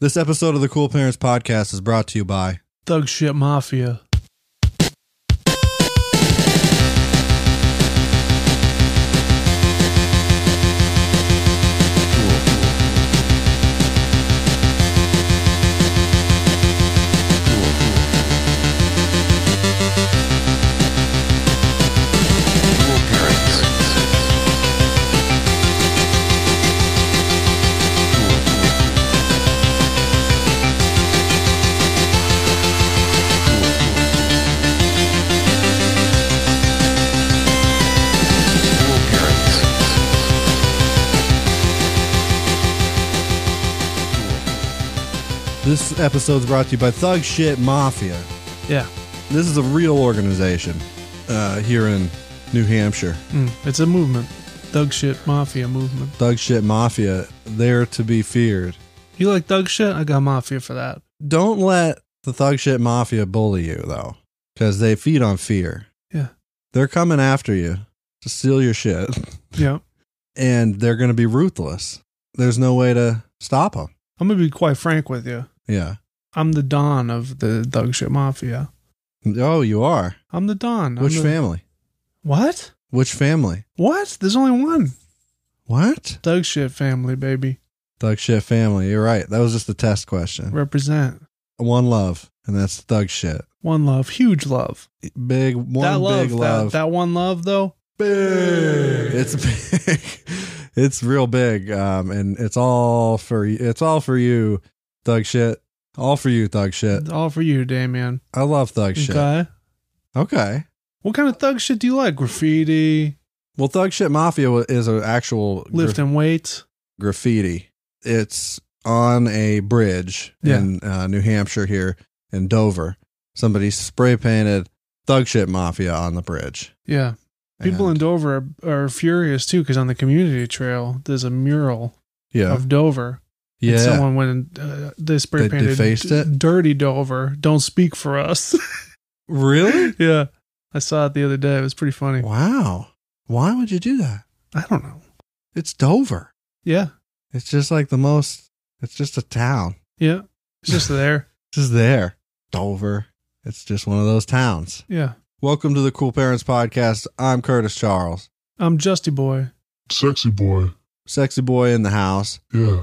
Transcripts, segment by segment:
This episode of the Cool Parents Podcast is brought to you by Thug Shit Mafia. This episode's brought to you by Thug Shit Mafia. Yeah, This is a real organization uh, here in New Hampshire. mm, it's a movement. Thug Shit Mafia movement. Thug Shit Mafia, there to be feared. You like Thug Shit? I got Mafia for that. Don't let the Thug Shit Mafia bully you, though, because they feed on fear. Yeah. They're coming after you to steal your shit, Yeah. and they're going to be ruthless. There's no way to stop them. I'm going to be quite frank with you. Yeah. I'm the Don of the Thug Shit Mafia. Oh, you are. I'm the Don. I'm Which the- family? What? Which family? What? There's only one. What? Thug Shit family, baby. Thug shit family. You're right. That was just a test question. Represent. One love, and that's thug shit. One love. Huge love. Big one that love. big love. That, that one love, though. big. It's big. it's real big. Um, and it's all for you. It's all for you, thug shit. All for you, thug shit. It's all for you, Damien. I love thug shit. Okay. Okay. What kind of thug shit do you like? Graffiti, Well, thug shit mafia wa- is an actual gra- lifting weights. graffiti. It's on a bridge Yeah. in uh, New Hampshire here in Dover. Somebody spray painted thug shit mafia on the bridge. Yeah. People in And- Dover are, are furious too because on the community trail there's a mural yeah of Dover. And yeah someone went and uh, they spray They painted defaced it? "Dirty Dover, don't speak for us." really yeah, I saw it the other day. It was pretty funny. wow why would you do that I don't know. it's Dover Yeah, it's just like the most it's just a town yeah. It's just there. it's just there Dover it's just one of those towns Yeah. welcome to the Cool Parents Podcast I'm Curtis Charles I'm Justy Boy. Sexy boy, sexy boy in the house yeah.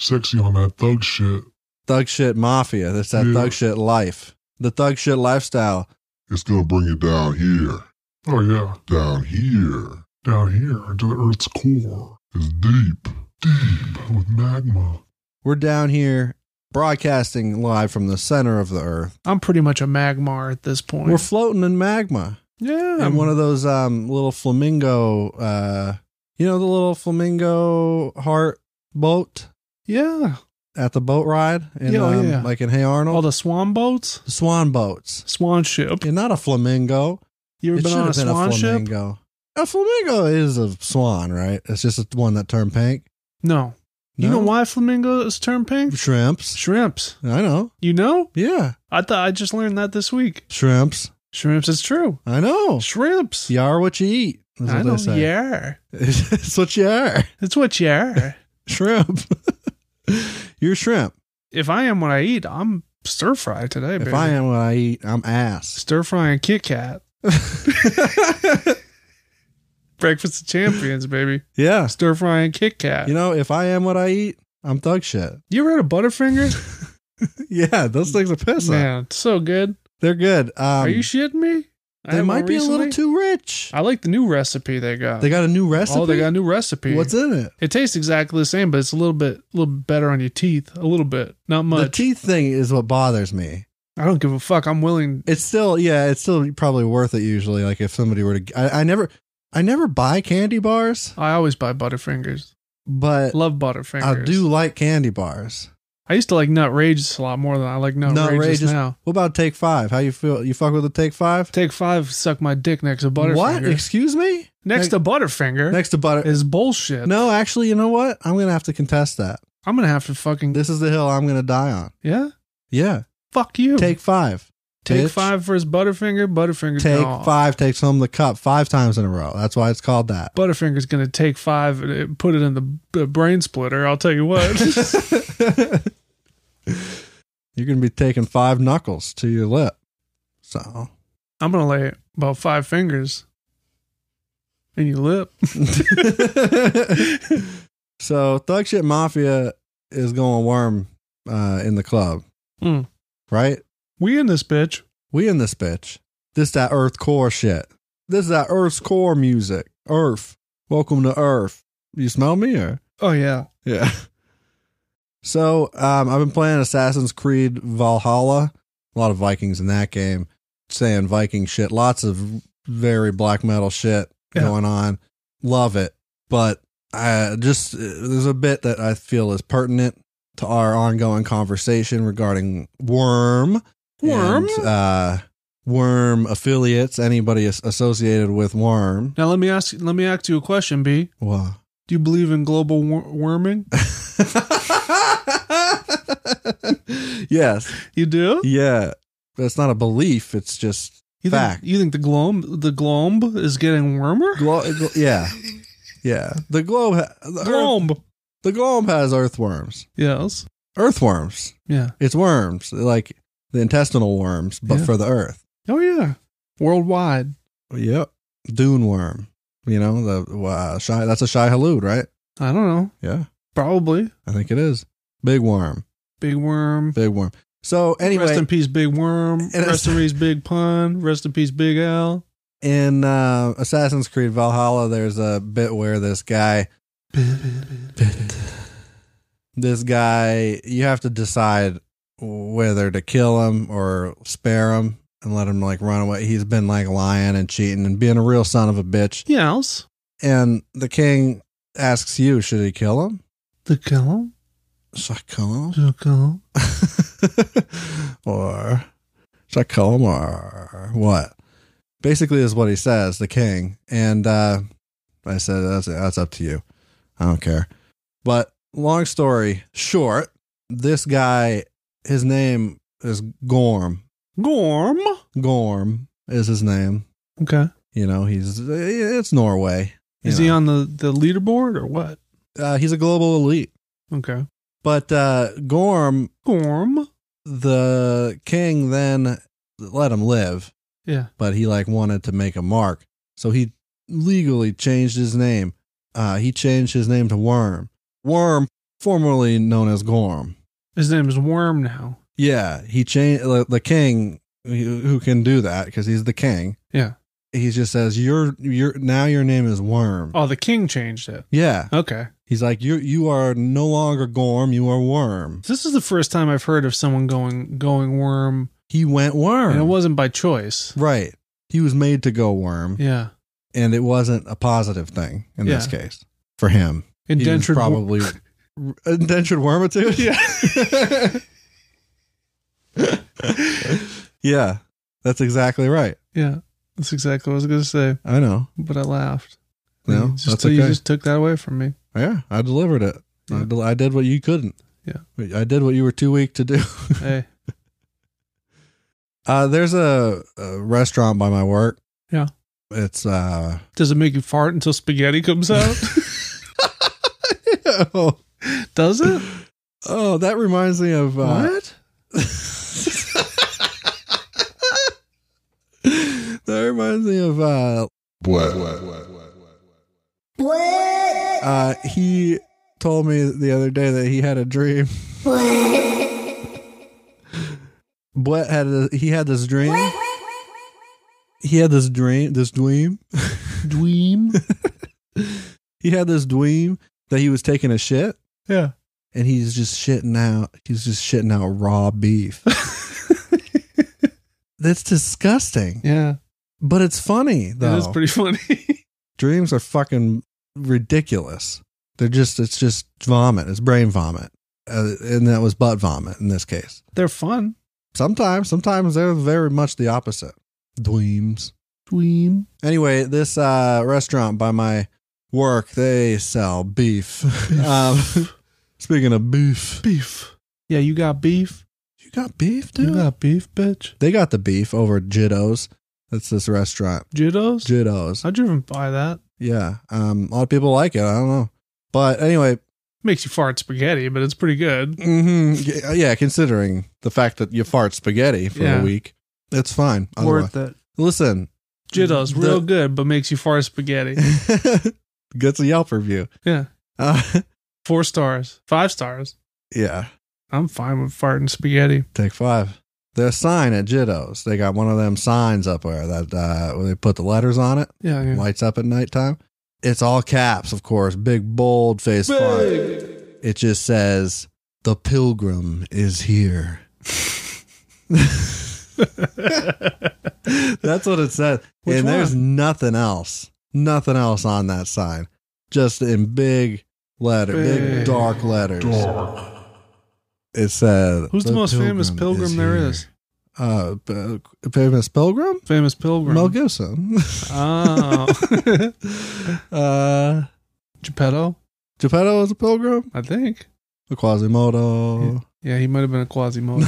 Sexy on that thug shit. thug shit mafia that's that Yeah. thug shit life the thug shit lifestyle It's gonna bring you down here. Oh yeah. Down here. Down here into the earth's core. It's deep. Deep with magma. we're down here broadcasting live from the center of the earth I'm pretty much a magmar at this point. we're floating in magma yeah. and one of those um little flamingo uh you know the little flamingo heart boat yeah. at the boat ride in, Yeah, um, yeah. like in Hey Arnold All the swan boats, swan boats swan ship. and not a flamingo You ever it been should on a have been swan a ship? flamingo a flamingo is a swan right it's just the one that turned pink No. You No? know why flamingos turn pink? shrimps Shrimps. I know You know? yeah I thought I just learned that this week. shrimps Shrimps is true. I know Shrimps. you are what you eat is what I they know. say Yeah. it's what you are It's what you are. shrimp you're shrimp if I am what I eat, I'm stir fry today, baby. if I am what I eat I'm ass stir fry and Kit Kat. Breakfast of champions, baby. Yeah. Stir fry and Kit Kat. You You, know, if I am what I eat, I'm thug shit. ever had a Butterfinger? Yeah, those things are pissing. Man, it's so good. They're good. Um, are you shitting me? I they had one might be a recently. little too rich. I like the new recipe they got. They got a new recipe. Oh, they got a new recipe. What's in it? It tastes exactly the same, but it's a little bit, a little better on your teeth. A little bit, not much. The teeth thing is what bothers me. I don't give a fuck. I'm willing. It's still, yeah, it's still probably worth it usually. Like if somebody were to, I, I never, I never buy candy bars, I always buy Butterfingers. but Love Butterfingers. I do like candy bars. I used to like Nut Rages a lot more than I like Nut, Nut Rages, Rages? now. What about Take Five? How you feel? You fuck with the Take Five? Take five, suck my dick next to Butterfinger. What? Excuse me? next to Butterfinger next to butter. is bullshit. No, actually, you know what? I'm gonna have to contest that. I'm gonna have to fucking This is the hill I'm gonna die on. yeah. Yeah. Fuck you. Take five. Take bitch. five for his Butterfinger. Butterfinger. Take no. five takes home the cup five times in a row. That's why it's called that. Butterfinger's gonna take five and uh, put it in the the brain splitter. I'll tell you what. You're gonna be taking five knuckles to your lip. So I'm gonna lay about five fingers in your lip. So Thug Shit Mafia is going worm uh, in the club. Mm. Right? We in this bitch. We in this bitch. This that Earth core shit. This is that Earth's core music. Earth. Welcome to Earth. You smell me or? Oh yeah. Yeah. So um, I've been playing Assassin's Creed Valhalla. A lot of Vikings in that game, saying Viking shit. Lots of very black metal shit Yeah. going on. Love it, but I just uh, there's a bit that I feel is pertinent to our ongoing conversation regarding Worm, Worm? and, uh, Worm affiliates, anybody as- associated with Worm. Now let me ask. Let me ask you a question, B. Wow. Do you believe in global wor- warming? yes. You do. Yeah. That's not a belief. It's just You Fact. Think, you think the globe the globe is getting warmer? glo- glo- yeah. Yeah. The globe ha- the, Earth- Globe. the globe has earthworms. Yes. Earthworms. Yeah. It's worms, like the intestinal worms, but Yeah. for the earth. Oh yeah. Worldwide. Yep. Dune worm. You know, the uh, shy that's a shy halud, right? I don't know. Yeah. Probably I think it is. Big worm. big worm. Big worm. So anyway, Rest in peace, Big Worm. it's- Rest in peace, Big Pun. Rest in peace, Big Al. in uh, Assassin's Creed Valhalla, there's a bit where this guy, this guy, you have to decide whether to kill him or spare him and let him like run away. He's been like lying and cheating and being a real son of a bitch. Yes. And the king asks you, should he kill him? The kill. Should I kill him? The kill. or should I kill him or what? Basically, is what he says, the king. And uh, I said, that's, that's up to you. I don't care. But long story short, this guy, his name is Gorm. Gorm. Gorm is his name. Okay. You know, he's, it's Norway. you Is he know. on the the leaderboard or what? Uh, he's a global elite. Okay. But uh, Gorm, Gorm. the king then let him live. Yeah. but he like wanted to make a mark. So he legally changed his name. Uh, he changed his name to Worm. Worm, formerly known as Gorm. His name is Worm now. Yeah, he changed the, the king who who can do that because he's the king. Yeah. He just says your your now your name is Worm. Oh, the king changed it. Yeah, Okay. he's like you you are no longer Gorm, you are Worm. This is the first time I've heard of someone going going worm, He went Worm. and it wasn't by choice. right. He was made to go Worm, Yeah. and it wasn't a positive thing in this Yeah. case for him. He was Indentured. wor- probably indentured wormitude. Yeah, yeah, that's exactly right. Yeah. That's exactly what I was gonna say, I know. but I laughed. No, you just, that's You okay. just took that away from me. Yeah, I delivered it. I, Yeah. del- I did what you couldn't. Yeah. I did what you were too weak to do. Hey. Uh, there's a, a restaurant by my work. Yeah. It's uh. Does it make you fart until spaghetti comes out? oh, Does it? that reminds me of uh, What? that reminds me of uh Uh, he told me the other day that he had a dream. What had a, he had this dream? He had this dream. This dream. Dream. He had this dream that he was taking a shit Yeah. and he's just shitting out. He's just shitting out raw beef. That's disgusting, Yeah. but it's funny though. That is pretty funny. Dreams are fucking ridiculous. They're just it's just vomit. It's brain vomit. uh, and that was butt vomit in this case. They're fun. Sometimes, sometimes they're very much the opposite. Dweems. Dream. Anyway, this uh, restaurant by my work, they sell beef. um, speaking of beef, Beef. Yeah, you got beef. you got beef, dude. You got beef, bitch. They got the beef over at Jiddo's. That's this restaurant, Jiddos. Jiddo's. I driven by that. Yeah, um, a lot of people like it. I don't know, but anyway, Makes you fart spaghetti, but it's pretty good. hmm yeah. Considering the fact that you fart spaghetti for Yeah. a week, it's fine. otherwise. Worth it. Listen, Jiddos, The- real good, but makes you fart spaghetti. gets a Yelp review. Yeah. Uh, Four stars. Five stars. yeah. I'm fine with farting spaghetti. Take five. Their sign at Jiddo's. They got one of them signs up there that uh, where they put the letters on it, Yeah, yeah. lights up at nighttime. It's all caps, of course, big bold face font. It just says, "The pilgrim is here." That's what it says. Which and there's one? nothing else, nothing else on that sign, just in big letter, big, Big. dark letters. Dark. It said, Who's the, most famous pilgrim there here." is? Uh, p- famous pilgrim. Famous pilgrim. Mel Gibson. Oh. uh, Geppetto, Geppetto is a pilgrim. I think. Quasimodo. Yeah, he might have been a Quasimodo.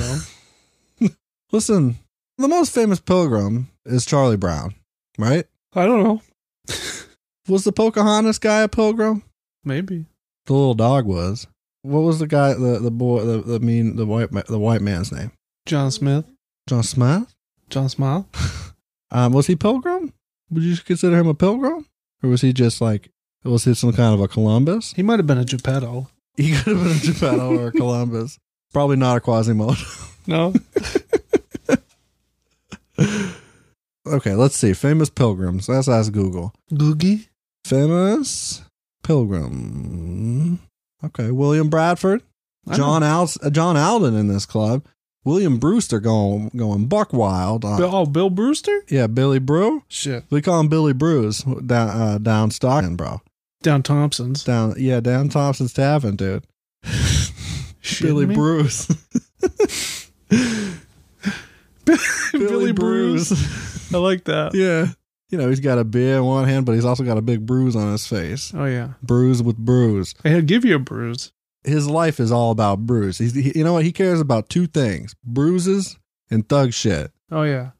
Listen, the most famous pilgrim is Charlie Brown, right? I don't know. Was the Pocahontas guy a pilgrim? Maybe. The little dog was. What was the guy? The the boy. The, the mean. The white. ma- The white man's name. John Smith. John Smith. John Smile. Um, was he pilgrim? Would you consider him a pilgrim, or was he just like was he some kind of a Columbus? He might have been a Geppetto. He could have been a Geppetto or a Columbus. Probably not a Quasimodo. No? Okay, let's see. Famous pilgrims. Let's ask Google. Googie? Famous pilgrim. Okay, William Bradford, I John Al- uh, John Alden in this club. William Brewster going going buck wild. on- don't- Bill, oh, Bill Brewster? yeah, Billy Brew. Shit. We call him Billy Brews down uh, down Stockton, bro. Down Thompson's. Down yeah, down Thompson's Tavern, dude. Shitting Billy me? Brews. Billy Brews. I like that. yeah. You know, he's got a beer in one hand, but he's also got a big bruise on his face. Oh, yeah. Bruise with bruise. Hey, He'll give you a bruise. His life is all about bruise. He's, he, you know what? He cares about two things bruises and thug shit. Oh, yeah.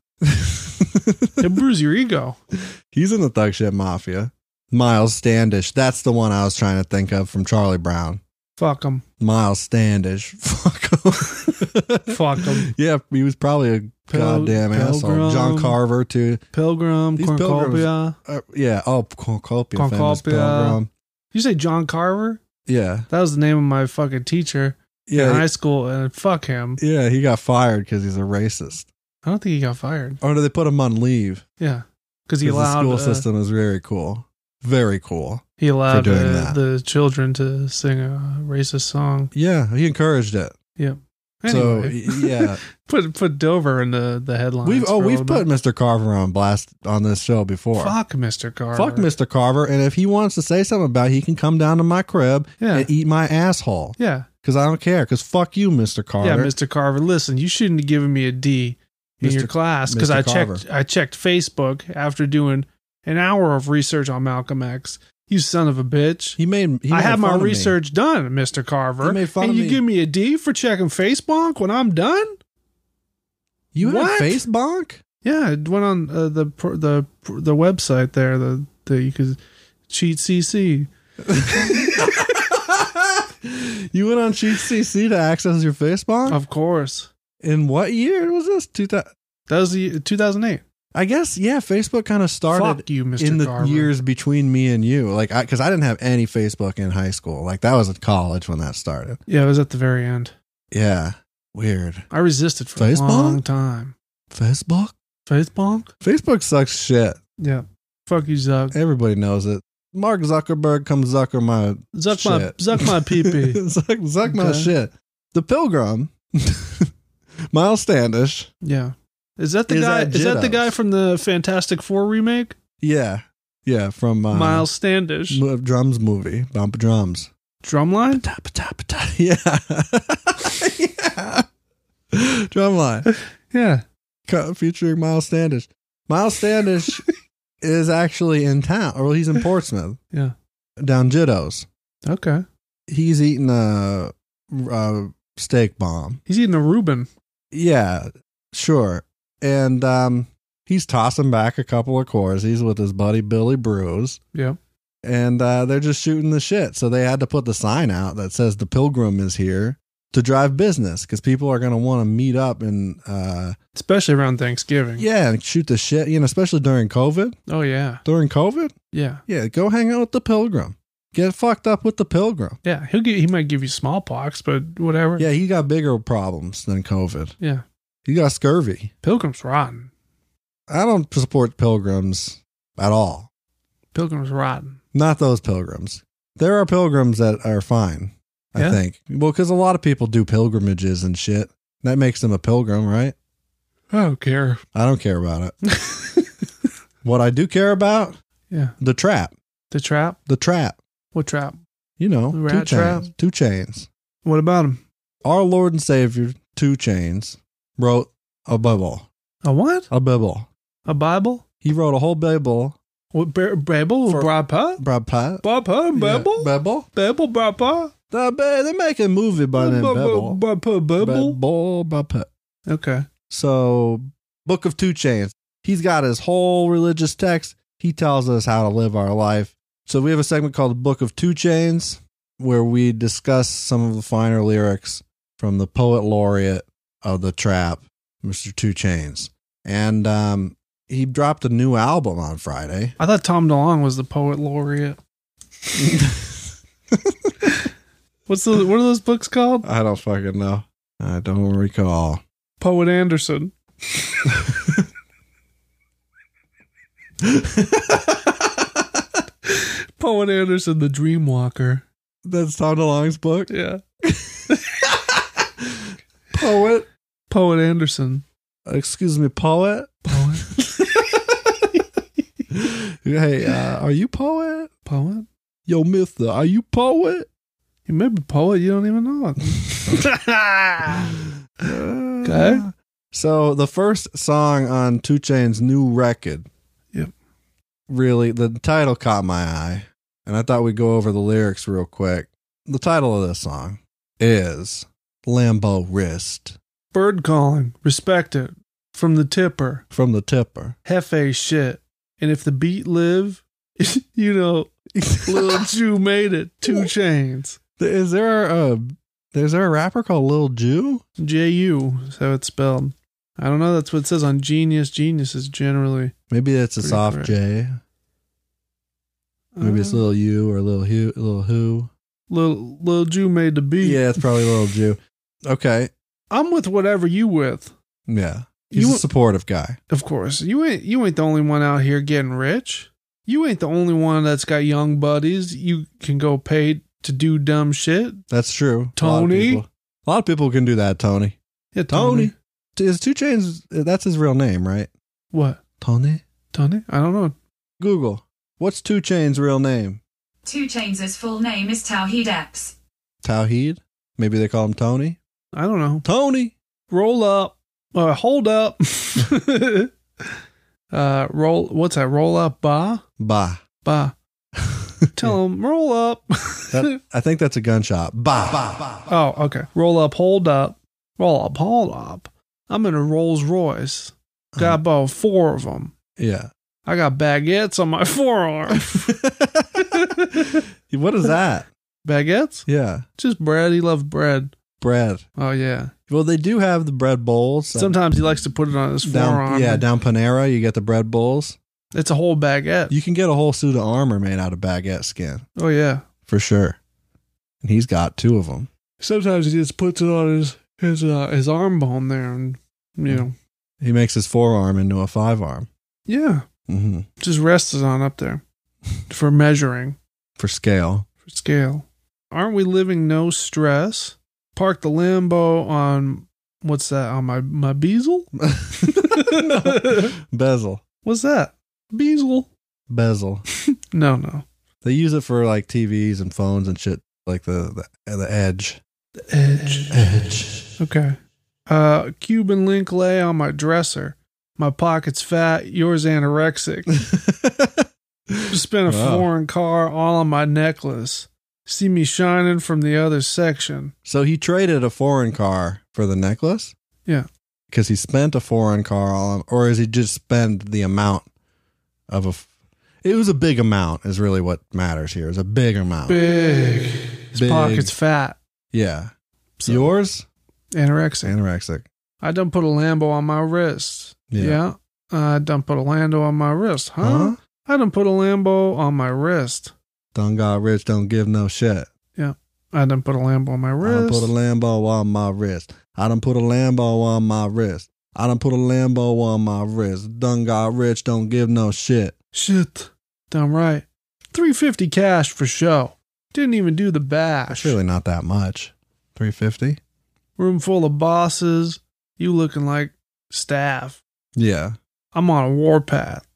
He'll bruise your ego. he's in the thug shit mafia. Miles Standish. That's the one I was trying to think of from Charlie Brown. Fuck him. Miles Standish. Fuck him. Fuck him. yeah, he was probably a Pil- goddamn asshole. Pilgrim. John Carver, too. Pilgrim, These Cornucopia. Uh, yeah. Oh, Cornucopia. famous Cornucopia. Pilgrim. You say John Carver? Yeah. That was the name of my fucking teacher Yeah. in he- high school, and fuck him. Yeah, he got fired because he's a racist. I don't think he got fired. Or no, they put him on leave Yeah, because because the he allowed school uh, system is very cool, very cool. he allowed doing uh, that. the children to sing a racist song. Yeah, he encouraged it. So Anyway, y- yeah, put put Dover in the the headlines. we've oh for a we've little put bit. Mr. Carver on blast on this show before. fuck Mr. Carver. Fuck Mr. Carver, and if he wants to say something about, it, he can come down to my crib Yeah. and eat my asshole Yeah, because I don't care. Because fuck you, Mr. Carver. yeah, Mr. Carver. Listen, you shouldn't have given me a D in Mr. your class because Mr. I Carver. checked I checked Facebook after doing an hour of research on Malcolm X. You son of a bitch. He made. He I made have my fun of me. research done, Mr. Carver. He made fun and of you me. give me a D for checking Facebook when I'm done? You had What? face bonk. Yeah, it went on uh, the pr- the pr- the website there. The the you could cheat CC. You went on Cheat CC to access your face bonk. Of course, In what year was this? Two thousand. that was the 2008. I guess yeah. Facebook kind of started Fuck you, Mr. in the Carver. years between me and you, like I because I didn't have any Facebook in high school. Like that was in college when that started. Yeah, it was at the very end. Yeah, weird. I resisted for Facebook? a long time. Facebook. Facebook. Facebook sucks shit. Yeah. Fuck you, Zuck. Everybody knows it. Mark Zuckerberg come zucker my Zuck shit. my Zuck my PP. zuck zuck my Okay. shit. The Pilgrim, Miles Standish. yeah. Is that the Is guy? that Is that the Jiddos? guy from the Fantastic Four remake? Yeah, yeah. From uh, Miles Standish. Mo- drums movie, Bump Drums. Drumline? Ta- ta- ta- Yeah. yeah. Drumline Yeah. co- featuring Miles Standish. Miles Standish is actually in town, or he's in Portsmouth, Yeah. down Jitto's. Okay. He's eating a, a steak bomb. He's eating a Reuben. Yeah, sure. And um, he's tossing back a couple of corsies with his buddy Billy Brews. Yep. and uh, they're just shooting the shit. So they had to put the sign out that says the Pilgrim is here to drive business because people are going to want to meet up and uh, Especially around Thanksgiving. yeah, and shoot the shit. You know, especially during COVID. Oh yeah. During COVID, Yeah. yeah, go hang out with the Pilgrim. Get fucked up with the Pilgrim. Yeah. He'll give he might give you smallpox, but whatever. Yeah, he got bigger problems than COVID. Yeah. He got scurvy. Pilgrim's rotten. I don't support pilgrims at all. Pilgrim's rotten. Not those pilgrims. There are pilgrims that are fine, I Yeah. think. Well, because a lot of people do pilgrimages and shit. That makes them a pilgrim, right? I don't care. I don't care about it. what I do care about Yeah. the trap, The trap? the trap. What trap? You know, The two rat chains, trap. two chains. What about him? Our Lord and Savior, two chains, wrote a Bible, A what? a Bible. A Bible? He wrote a whole Bible. What ba- Bible? For- Brapa? Bible. Brapa? Bible? Yeah, Bible. Bible? Brapa? The, ba- they're making a movie by the name Bible. Brapa? Bible? Bible. Bible. Okay. So, Book of Two Chains. He's got his whole religious text. He tells us how to live our life. So, we have a segment called the Book of Two Chains where we discuss some of the finer lyrics from the poet laureate of the trap, Mr. Two Chains. And um, he dropped a new album on Friday. I thought Tom DeLonge was the poet laureate. What's the what are those books called? I don't fucking know. I don't recall. Poet Anderson. Poet Anderson, the Dreamwalker. That's Tom DeLonge's book. Yeah. Poet. Poet Anderson. Excuse me, poet. Poet. hey, uh, are you poet? Poet. Yo, Mister, are you poet? You may be poet. You don't even know it. Okay. So the first song on Two Chain's new record, Yep. really the title caught my eye, and I thought we'd go over the lyrics real quick. The title of this song is "Lambo Wrist" Bird calling. Respect it. From the tipper. from the Tipper. Hefe shit. And if the beat live, you know, Lil Jew made it. Two chains. Is there a is there a rapper called Lil Jew? J U is how it's spelled. I don't know. That's what it says on Genius. Genius is generally. Maybe it's a Pretty soft correct. J. Maybe it's Uh, Lil U or Lil Hu, Lil Who. Lil, Lil Jew made the beat. Yeah, it's probably Little Jew. Okay. I'm with whatever you with. Yeah. He's You- a supportive guy. Of course. You ain't you ain't the only one out here getting rich. You ain't the only one that's got young buddies. You can go paid to do dumb shit. That's true. Tony? A lot of people, a lot of people can do that, Tony. Yeah, Tony. Is Two Chains, that's his real name, right? What? Tony? Tony? I don't know. Google. What's Two Chains' real name? Two Chainz's full name is Tawheed Epps. Tawheed? Maybe they call him Tony? I don't know. Tony! roll up uh, hold up uh roll what's that roll up ba Bah. ba tell him roll up That, I think that's a gunshot. Bah. bah, bah. oh okay roll up hold up roll up hold up i'm in a rolls royce Uh-huh. got about four of them Yeah. i got baguettes on my forearm what is that? baguettes Yeah. just bread he loves bread Bread. oh yeah Well, they do have the bread bowls. sometimes he likes to put it on his down, forearm yeah, down Panera, you get the bread bowls. it's a whole baguette You can get a whole suit of armor made out of baguette skin oh yeah for sure. And he's got two of them. sometimes he just puts it on his his uh, his arm bone there, and you know, He makes his forearm into a five arm yeah, mm-hmm. just rests it on up there for measuring for scale. for scale. Aren't we living no stress? Park the Lambo on what's that on my my bezel? Bezel, What's that bezel? bezel. No, no. They use it for like TVs and phones and shit. like the the, the edge. Edge. Edge. Okay. Uh, Cuban link lay on my dresser. My pocket's fat, yours anorexic. Just been a Wow. foreign car all on my necklace. See me shining from the other section. so he traded a foreign car for the necklace. Yeah. because he spent a foreign car on, or is he just spend the amount of a? f- It was a big amount, is really what matters here. Is a big amount. Big. His Big. pocket's fat. Yeah. Yours Anorexic. anorexic. I done put a Lambo on my wrist. Yeah. Yeah. I done put a Lambo on my wrist, huh? Huh? I done put a Lambo on my wrist. Don't got rich. Don't give no shit. I done put a Lambo on my I done wrist. put a Lambo on my wrist. I done put a Lambo on my wrist. I done put a Lambo on my wrist. Done got rich, don't give no shit. Shit. Damn right. 350 cash for show. Didn't even do the That's bash. really not that much. 350? Room full of bosses. You looking like staff. Yeah. I'm on a warpath.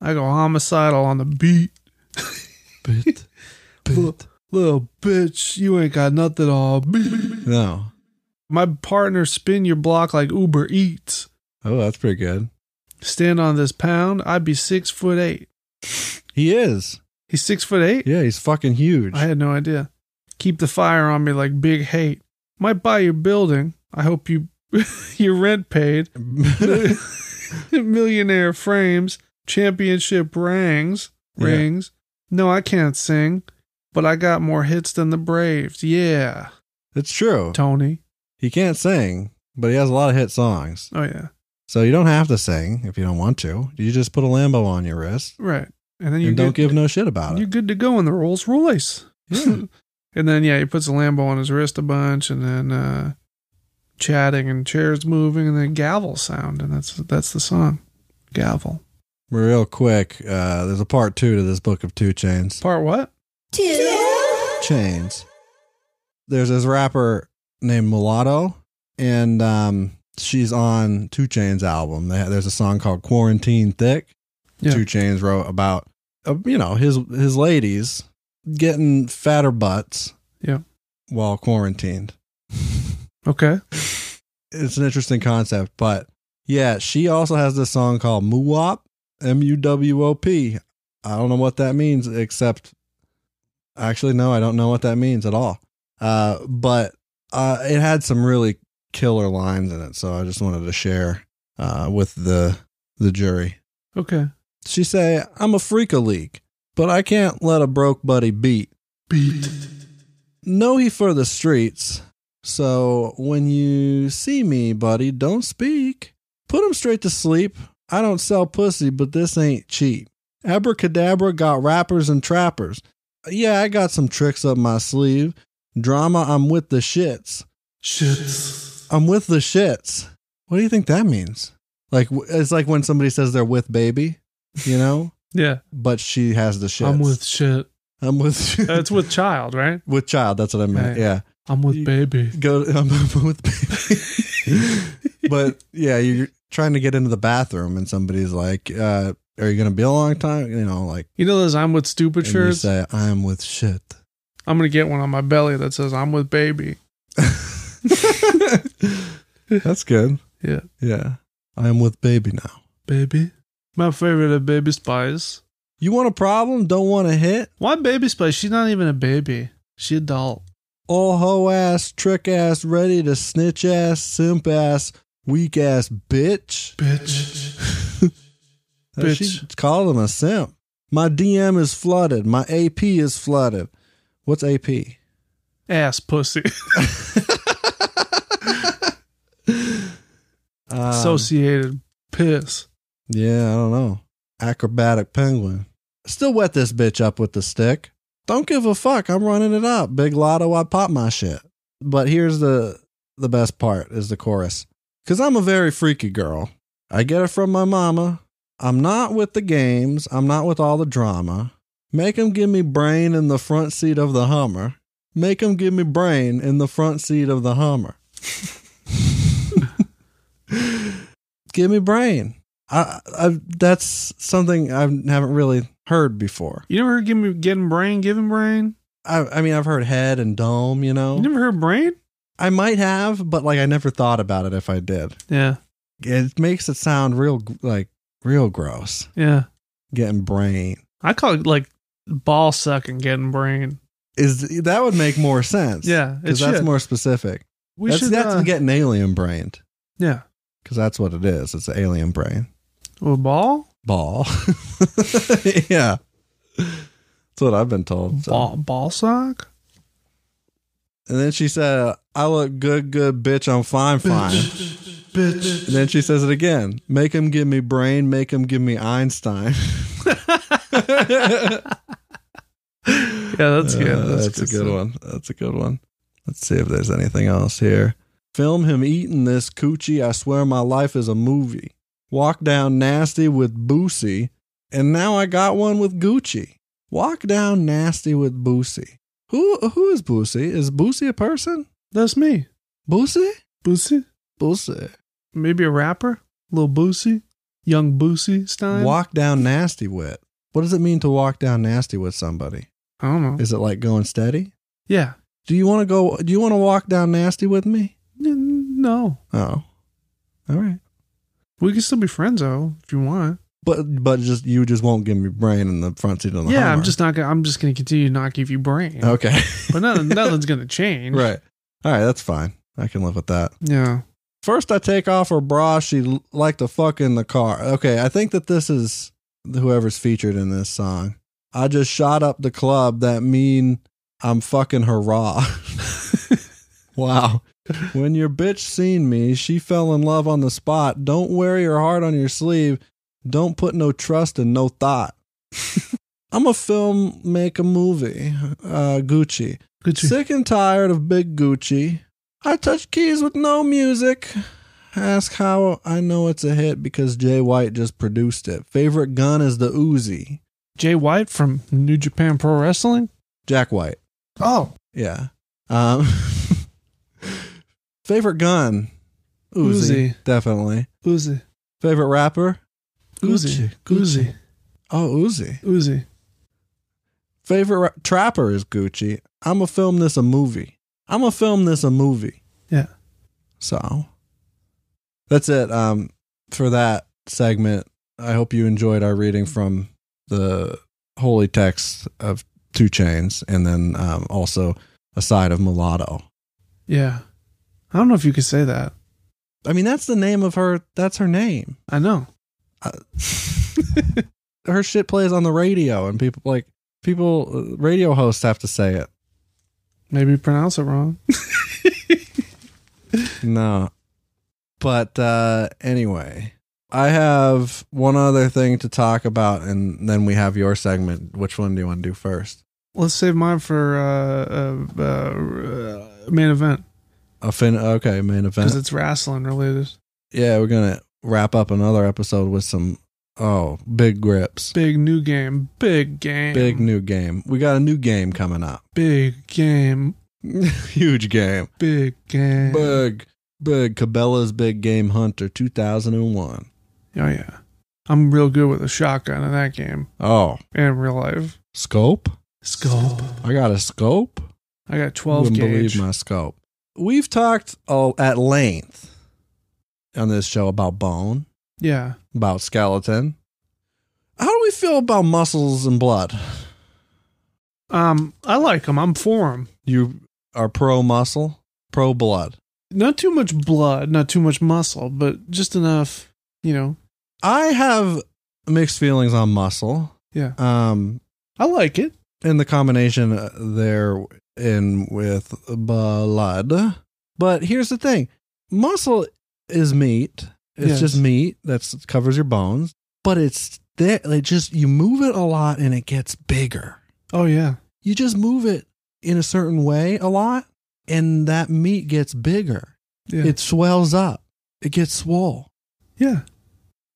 I go homicidal on the beat. Bit. Little, little bitch, you ain't got nothing on. No. My partner spin your block like Uber Eats. Oh, that's pretty good. Stand on this pound, I'd be six foot eight. He is. He's six foot eight? Yeah, he's fucking huge. I had no idea. Keep the fire on me like big hate. Might buy your building. I hope you your rent paid. Millionaire frames, championship rings, Yeah. rings. No, I can't sing, but I got more hits than the Braves. Yeah, it's true. Tony. He can't sing, but he has a lot of hit songs. Oh yeah, So you don't have to sing if you don't want to. You just put a Lambo on your wrist right. And then and you don't get- give no shit about You're it. good to go in the Rolls Royce. Yeah. and then yeah, he puts a Lambo on his wrist a bunch, and then uh, chatting and chairs moving, and then gavel sound, and that's that's the song, gavel. Real quick, uh, there's a part two to this book of Two Chains. Part what? chains. There's this rapper named Mulatto, and um, she's on Two Chains album. They- There's a song called "Quarantine Thick." Yeah. Two Chains wrote about uh, you know his his ladies getting fatter butts. Yeah. While quarantined, Okay. it's an interesting concept, but yeah, she also has this song called "Muwop," M U W O P. I don't know what that means, except actually, no, I don't know what that means at all. Uh, but uh, it had some really killer lines in it, so I just wanted to share uh, with the the jury. Okay. She say, "I'm a freak a leak, but I can't let a broke buddy beat." Beat. Know he for the streets. So when you see me, buddy, don't speak. Put him straight to sleep. I don't sell pussy, but this ain't cheap. Abracadabra got rappers and trappers. Yeah, I got some tricks up my sleeve. Drama, I'm with the shits. Shits. I'm with the shits. What do you think that means? Like, w- it's like when somebody says they're with baby, you know, Yeah, but she has the shits. I'm with shit. I'm with, That's with child, right? with child. That's what I meant. Right. Yeah. I'm with baby. go I'm with baby. but yeah, you're trying to get into the bathroom and somebody's like, uh, are you gonna be a long time? You know, like You know those I'm with stupid and you shirts. say, I'm with shit. I'm gonna get one on my belly that says I'm with baby. That's good. Yeah. Yeah. I'm with baby now. Baby. My favorite of Baby Spice. You want a problem? Don't want a hit? Why Baby Spice? She's not even a baby. She adult. All hoe ass, trick ass, ready to snitch ass, simp ass, weak ass bitch. Bitch. Uh, Bitch. She called him a simp. My DM is flooded. My AP is flooded. What's AP? Ass pussy. Um, Associated piss. yeah, I don't know. Acrobatic penguin. Still wet this bitch up with the stick. Don't give a fuck. I'm running it up. Big lotto, I pop my shit. But here's the the best part is the chorus. Cause I'm a very freaky girl. I get it from my mama. I'm not with the games. I'm not with all the drama. Make 'em give me brain in the front seat of the Hummer. Make 'em give me brain in the front seat of the Hummer. give me brain. I, I that's something I haven't really heard before. You never heard give me getting brain, giving brain? I, I mean, I've heard head and dome, you know. You never heard brain? I might have, but like I never thought about it if I did. Yeah, It makes it sound real, like, real gross. yeah. Getting brain. I call it like ball sucking, getting brain. Is that would make more sense. Yeah, it Because that's should. more specific. We that's should. that's uh, getting alien brained. yeah, Because that's what it is. It's an alien brain. a ball, Ball. yeah. That's what I've been told. so. ball, ball sock. And then she said, I look good, good, bitch. I'm fine, fine. Bitch. And then she says it again. Make him give me brain. Make him give me Einstein. Yeah, that's good. Uh, that's, a good one. That's a good one. Let's see if there's anything else here. Film him eating this coochie. I swear my life is a movie. Walk down nasty with Boosie. And now I got one with Gucci. Walk down nasty with Boosie. Who who is Boosie? Is Boosie a person? That's me. Boosie? Boosie, Boosie. maybe a rapper, little Boosie, young Boosie Stein. Walk down nasty with. What does it mean to walk down nasty with somebody? I don't know. Is it like going steady? Yeah. Do you want to go? Do you want to walk down nasty with me? N- No, Oh, all right. we can still be friends though if you want. But but just you just won't give me brain in the front seat of the yeah, I'm Hummer. just not gonna. I'm just gonna continue to not give you brain. okay. But nothing, nothing's gonna change. right. All right, that's fine. I can live with that. Yeah. First, I take off her bra. She l- like to fuck in the car. Okay, I think that this is whoever's featured in this song. I just shot up the club. That mean I'm fucking her raw. wow. When your bitch seen me, she fell in love on the spot. Don't wear your heart on your sleeve. Don't put no trust and no thought. I'm a film, make a movie. Uh, Gucci. Good to- Sick and tired of Big Gucci. I touch keys with no music. Ask how I know it's a hit because Jay White just produced it. Favorite gun is the Uzi. Jay White from New Japan Pro Wrestling. Jack White. Oh, Yeah. Um, favorite gun? Uzi, Uzi. Definitely. Uzi, Favorite rapper? Uzi, Uzi, Oh, Uzi. Uzi. Favorite ra- trapper is Gucci. I'm going to film this a movie. I'm going to film this a movie. Yeah. So that's it um, for that segment. I hope you enjoyed our reading from the holy text of Two Chains and then um, also a side of Mulatto. Yeah. I don't know if you could say that. I mean, that's the name of her. That's her name. I know. Her shit plays on the radio, and people like people, uh, radio hosts have to say it. Maybe you pronounce it wrong. No. But uh anyway, I have one other thing to talk about and then we have your segment. Which one do you want to do first? Let's save mine for uh, uh, uh, main event A fin okay, main because event. it's wrestling related. Yeah, we're going to wrap up another episode with some oh, big grips. Big new game. Big game. Big new game. We got a new game coming up. Big game. Huge game. Big game. Big big Cabela's Big Game Hunter 2001. Oh yeah. I'm real good with a shotgun in that game Oh, and in real life. scope? Scope. I got a scope. I got 12 wouldn't gauge. believe my scope. We've talked oh, at length on this show about bone, yeah. about skeleton. How do we feel about muscles and blood? Um, I like them. I'm for them. You are pro muscle, pro blood. Not too much blood, not too much muscle, but just enough, you know. I have mixed feelings on muscle. Yeah. Um, I like it. in the combination uh, there in with blood. But here's the thing: muscle is meat. It's Yes. just meat that covers your bones, but it's there. It just you move it a lot and it gets bigger. Oh yeah. You just move it in a certain way a lot, and that meat gets bigger. Yeah. It swells up. It gets swole. yeah.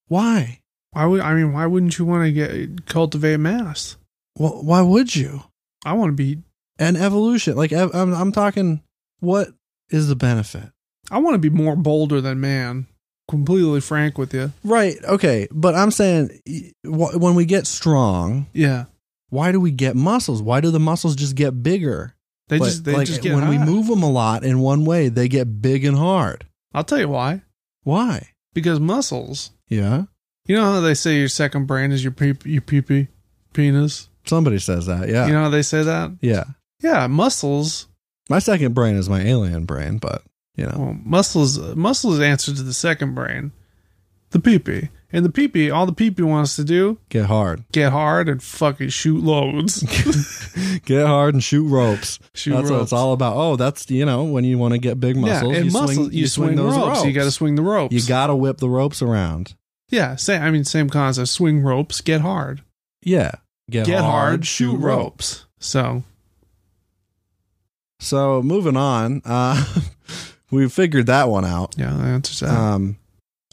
Why? Why would I mean? Why wouldn't you want to get cultivate mass? Wh- Why would you? I want to be. And evolution, like ev- I'm, I'm talking, what is the benefit? I want to be more bolder than man. Completely frank with you. Right. Okay. But I'm saying y- wh- when we get strong, Yeah. why do we get muscles? Why do the muscles just get bigger? They But, just they like, just get when we hot. move them a lot in one way, they get big and hard. I'll tell you why. Why? Because muscles. Yeah. You know how they say your second brain is your pee your pee pee penis. Somebody says that. Yeah. You know how they say that. yeah. Yeah, muscles. My second brain is my alien brain, but you know. Well, Oh, muscles muscles answer to the second brain, the pee pee, and the pee pee. All the pee pee wants to do get hard. get hard and fucking shoot loads. Get hard and shoot ropes. Shoot that's what ropes. it's all about. Oh, that's you know when you want to get big muscles, yeah, and you muscles swing, you, swing, ropes. You got to swing the ropes. You gotta whip the ropes around. yeah. Same. I mean, same concept. Swing ropes. Get hard. Yeah, get, Get hard. Shoot ropes. So So moving on, uh, we figured that one out. yeah, that answers that. Um,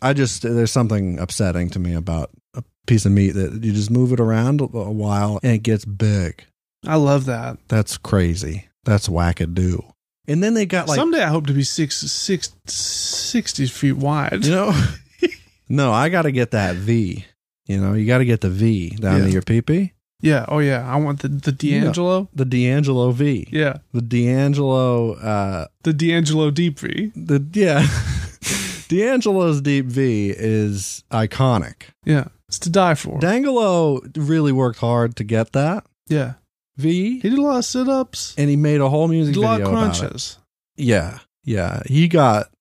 I just there's something upsetting to me about a piece of meat that you just move it around a a while and it gets big. I love that. That's crazy. That's wackadoo. And then they got like Someday I hope to be six, six, 60 feet wide. You know, no, I got to get that V. You know, you got to get the V down to Yeah. your peepee. Yeah. Oh yeah. I want the the You know. D'Angelo. The D'Angelo V. Yeah. The D'Angelo, uh, The D'Angelo deep V. the, yeah. D'Angelo's deep V is iconic. Yeah. It's to die for. D'Angelo really worked hard to get that yeah. V, He did a lot of sit ups. and he made a whole music Did a lot of video about it. crunches. Yeah, yeah. He got,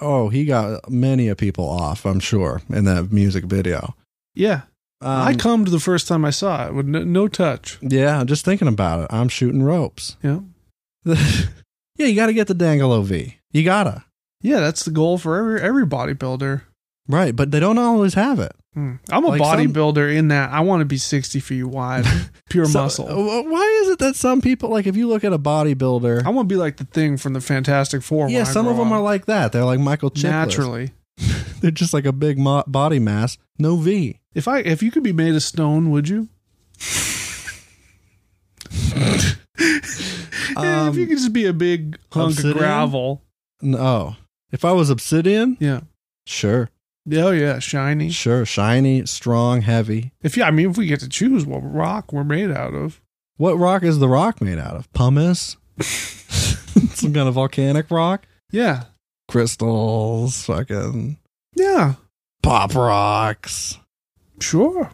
oh, he got many a people off, I'm sure, in that music video. Yeah. Um, I cummed the first time I saw it with no, no touch. Yeah, just thinking about it, I'm shooting ropes. Yeah. yeah, you got to get the Dangelo V. You gotta. Yeah. That's the goal for every, every bodybuilder. Right, but they don't always have it. Hmm. I'm a Like some- bodybuilder in that I want to be 60 feet wide, pure So, muscle. uh, Why is it that some people, like, if you look at a bodybuilder, I want to be like the thing from the Fantastic Four. when yeah, I some of grow them up. are like that. They're like Michael Chiklis. naturally. They're just like a big mo- body mass, no V. If I if you could be made of stone, would you? Yeah, if you Um, could just be a big hunk obsidian? of gravel. No. oh. If I was obsidian, Yeah. sure, Oh yeah, shiny. sure, shiny, strong, heavy. If yeah, I mean if we get to choose what rock we're made out of. What rock is the rock made out of? Pumice? some kind of volcanic rock? Yeah. crystals, fucking Yeah. pop rocks. Sure.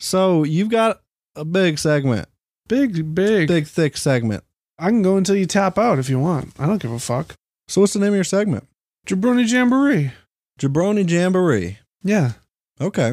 So you've got a big segment, Big, big big thick segment. I can go until you tap out if you want. I don't give a fuck. So what's the name of your segment? Jabroni Jamboree. Jabroni Jamboree. Yeah. Okay.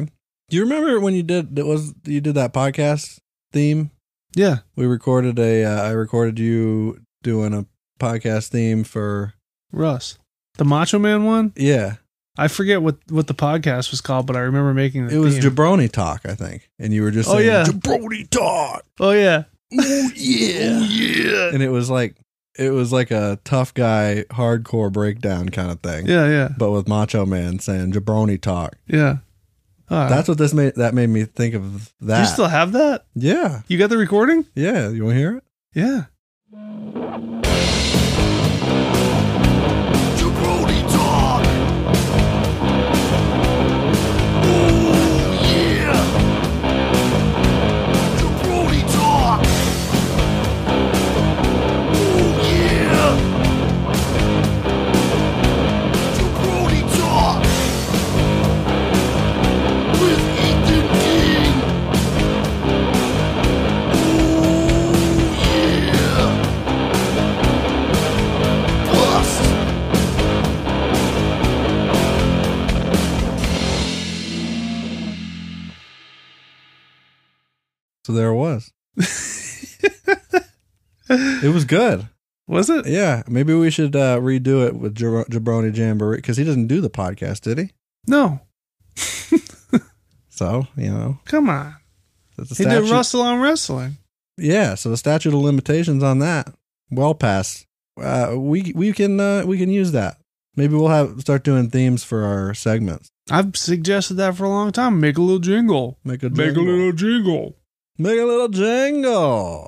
Do you remember when you did that was you did that podcast theme? Yeah. We recorded a uh, I recorded you doing a podcast theme for Russ. The Macho Man one? yeah. I forget what, what the podcast was called, but I remember making the It was theme. Jabroni Talk, I think. And you were just Oh, saying yeah. Jabroni Talk. oh yeah. Oh yeah. Yeah. and it was like it was like a tough guy hardcore breakdown kind of thing Yeah, yeah. but with macho man saying jabroni talk Yeah. All right. that's what this made that made me think of Do that Uh, you still have that? yeah You got the recording? yeah you want to hear it Yeah. Jabroni Talk. Oh yeah. Jabroni Talk. Oh yeah. Jabroni Talk. With Ethan King. Oh yeah. Plus. so there it was it was good Was it? yeah maybe we should uh, redo it with Jabro- jabroni jamboree because he doesn't do the podcast did he No. so you know Come on. the He did Russell on wrestling. yeah so the statute of limitations on that well past uh, we we can uh, we can use that maybe we'll have start doing themes for our segments I've suggested that for a long time. Make a little jingle. make a Make a jingle. little jingle. make a little jingle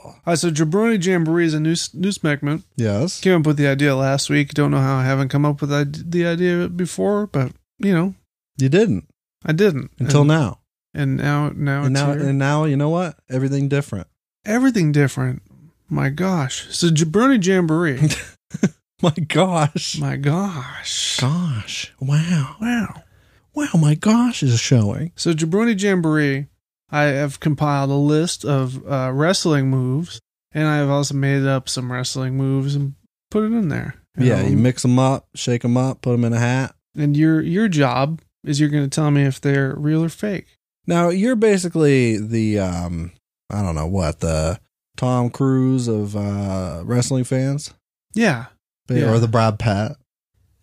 All right, so Jabroni Jamboree is a new, s- new segment. yes Came up with the idea last week. Don't know how I haven't come up with id- the idea before, but you know, you didn't I didn't until And now and now now and it's now, here. and now you know what? Everything different. everything different. My gosh, it's a jabroni jamboree. My gosh. My gosh, gosh. Wow. wow. Wow, my gosh is showing. So jabroni jamboree, I have compiled a list of uh, wrestling moves, and I have also made up some wrestling moves and put it in there. Yeah, Um, you mix them up, shake them up, put them in a hat. and your your job is you're going to tell me if they're real or fake. Now, you're basically the um I don't know what, the Tom Cruise of uh wrestling fans Yeah, Ba- Yeah. or the Brad Pitt.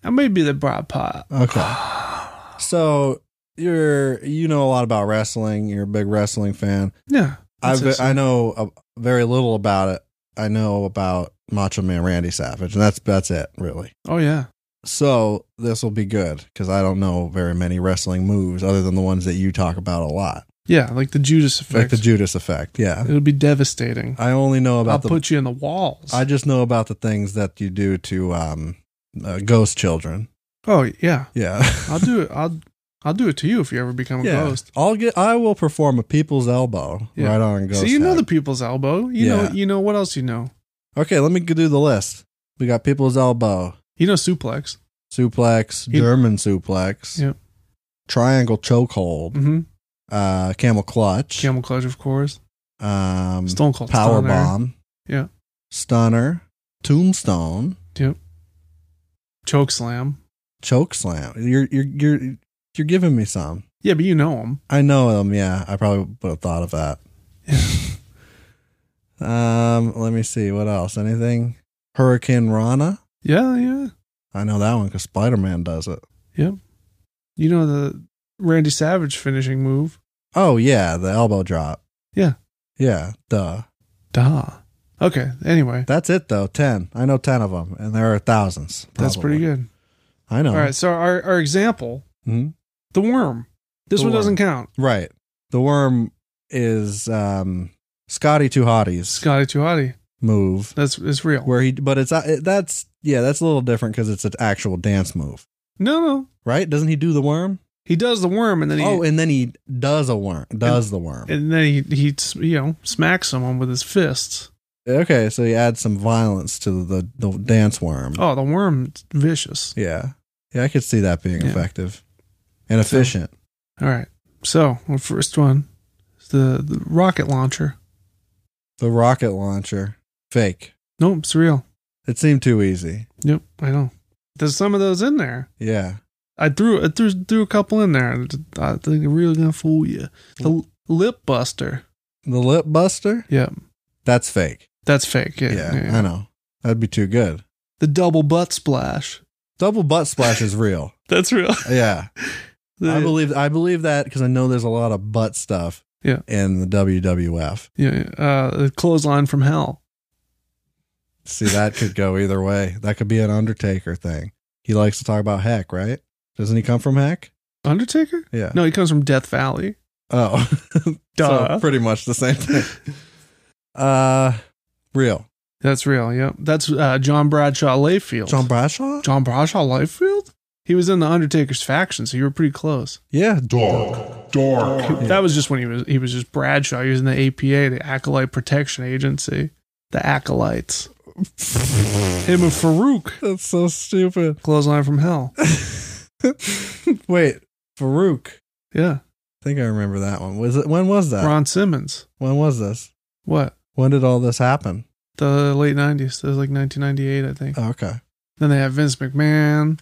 I may be the broad pot. Okay. so, you're you know a lot about wrestling, you're a big wrestling fan. Yeah, that's I've, it. I know uh, very little about it. I know about Macho Man Randy Savage, and that's that's it really. oh yeah, So this will be good because I don't know very many wrestling moves other than the ones that you talk about a lot, yeah, like the Judas effect. like the Judas effect. Yeah, It'll be devastating. I only know about I'll the. put you in the walls. I just know about the things that you do to um, uh, ghost children. oh yeah, Yeah, I'll do it. I'll I'll do it to you if you ever become a yeah. ghost. I'll get. I will perform a people's elbow Yeah. right on a ghost. so you know head. the people's elbow. You know Yeah. you know what else you know. Okay, let me do the list. We got people's elbow. You know suplex. suplex, He- German suplex, Yep. triangle chokehold, Mm-hmm. uh, camel clutch, Camel clutch, of course. um, Stone Cold power Stunner. bomb, Yeah. stunner, tombstone, Yep. Choke slam. choke slam. You're you're you're you're giving me some. Yeah, but you know them. I know them. Yeah, I probably would have thought of that. um, let me see what else. Anything? Hurricane Rana. Yeah, yeah. I know that one because Spider Man does it. Yep. You know the Randy Savage finishing move. Oh yeah, the elbow drop. Yeah. Yeah, duh. Duh. Okay. Anyway, That's it though. Ten. I know ten of them, and there are thousands. that's probably. pretty good. I know. All right. So our our example, Mhm. the worm. This The one doesn't worm. count. Right. The worm is um, Scotty Two Hotties Scotty Tuhati. move That's it's real. where he, but it's uh, that's yeah, that's a little different because it's an actual dance move, No, no. right? Doesn't he do the worm? He does the worm and then he oh, and then he does a worm. Does the worm? and then he he you know smacks someone with his fists. okay, so he adds some violence to the the dance worm. Oh, the worm's vicious. Yeah, yeah, I could see that being Yeah. effective and efficient. All right. So our first one is the, the rocket launcher. The rocket launcher, fake. Nope, it's real. It seemed too easy. Yep, I know. There's some of those in there. Yeah. I threw I threw threw a couple in there. I think I'm really gonna fool you. The l- lip buster. The lip buster? Yep, That's fake. that's fake. Yeah, Yeah, yeah. I know. That'd be too good. The double butt splash. Double butt splash is real. That's real. Yeah. The- I believe I believe that because I know there's a lot of butt stuff Yeah. in the WWF. yeah, yeah. uh, the clothesline from hell. See, that could go either way. That could be an Undertaker thing. He likes to talk about heck, right? Doesn't he come from heck? Undertaker? Yeah. No, he comes from Death Valley. Oh. Duh. so pretty much the same thing. Uh real. That's real. Yep, that's uh, John Bradshaw Layfield. John Bradshaw? John Bradshaw Layfield. He was in the Undertaker's faction, so you were pretty close. Yeah. Dark, dark, That was just when he was he was just Bradshaw. He was in the APA, the Acolyte Protection Agency, the Acolytes. Him and Farouk. That's so stupid. Clothesline from hell. Wait, Farouk. Yeah. I think I remember that one. Was it when was that? Ron Simmons. When was this? What? When did all this happen? The late 90s. That was like 1998, I think. Oh, okay. then they have Vince McMahon.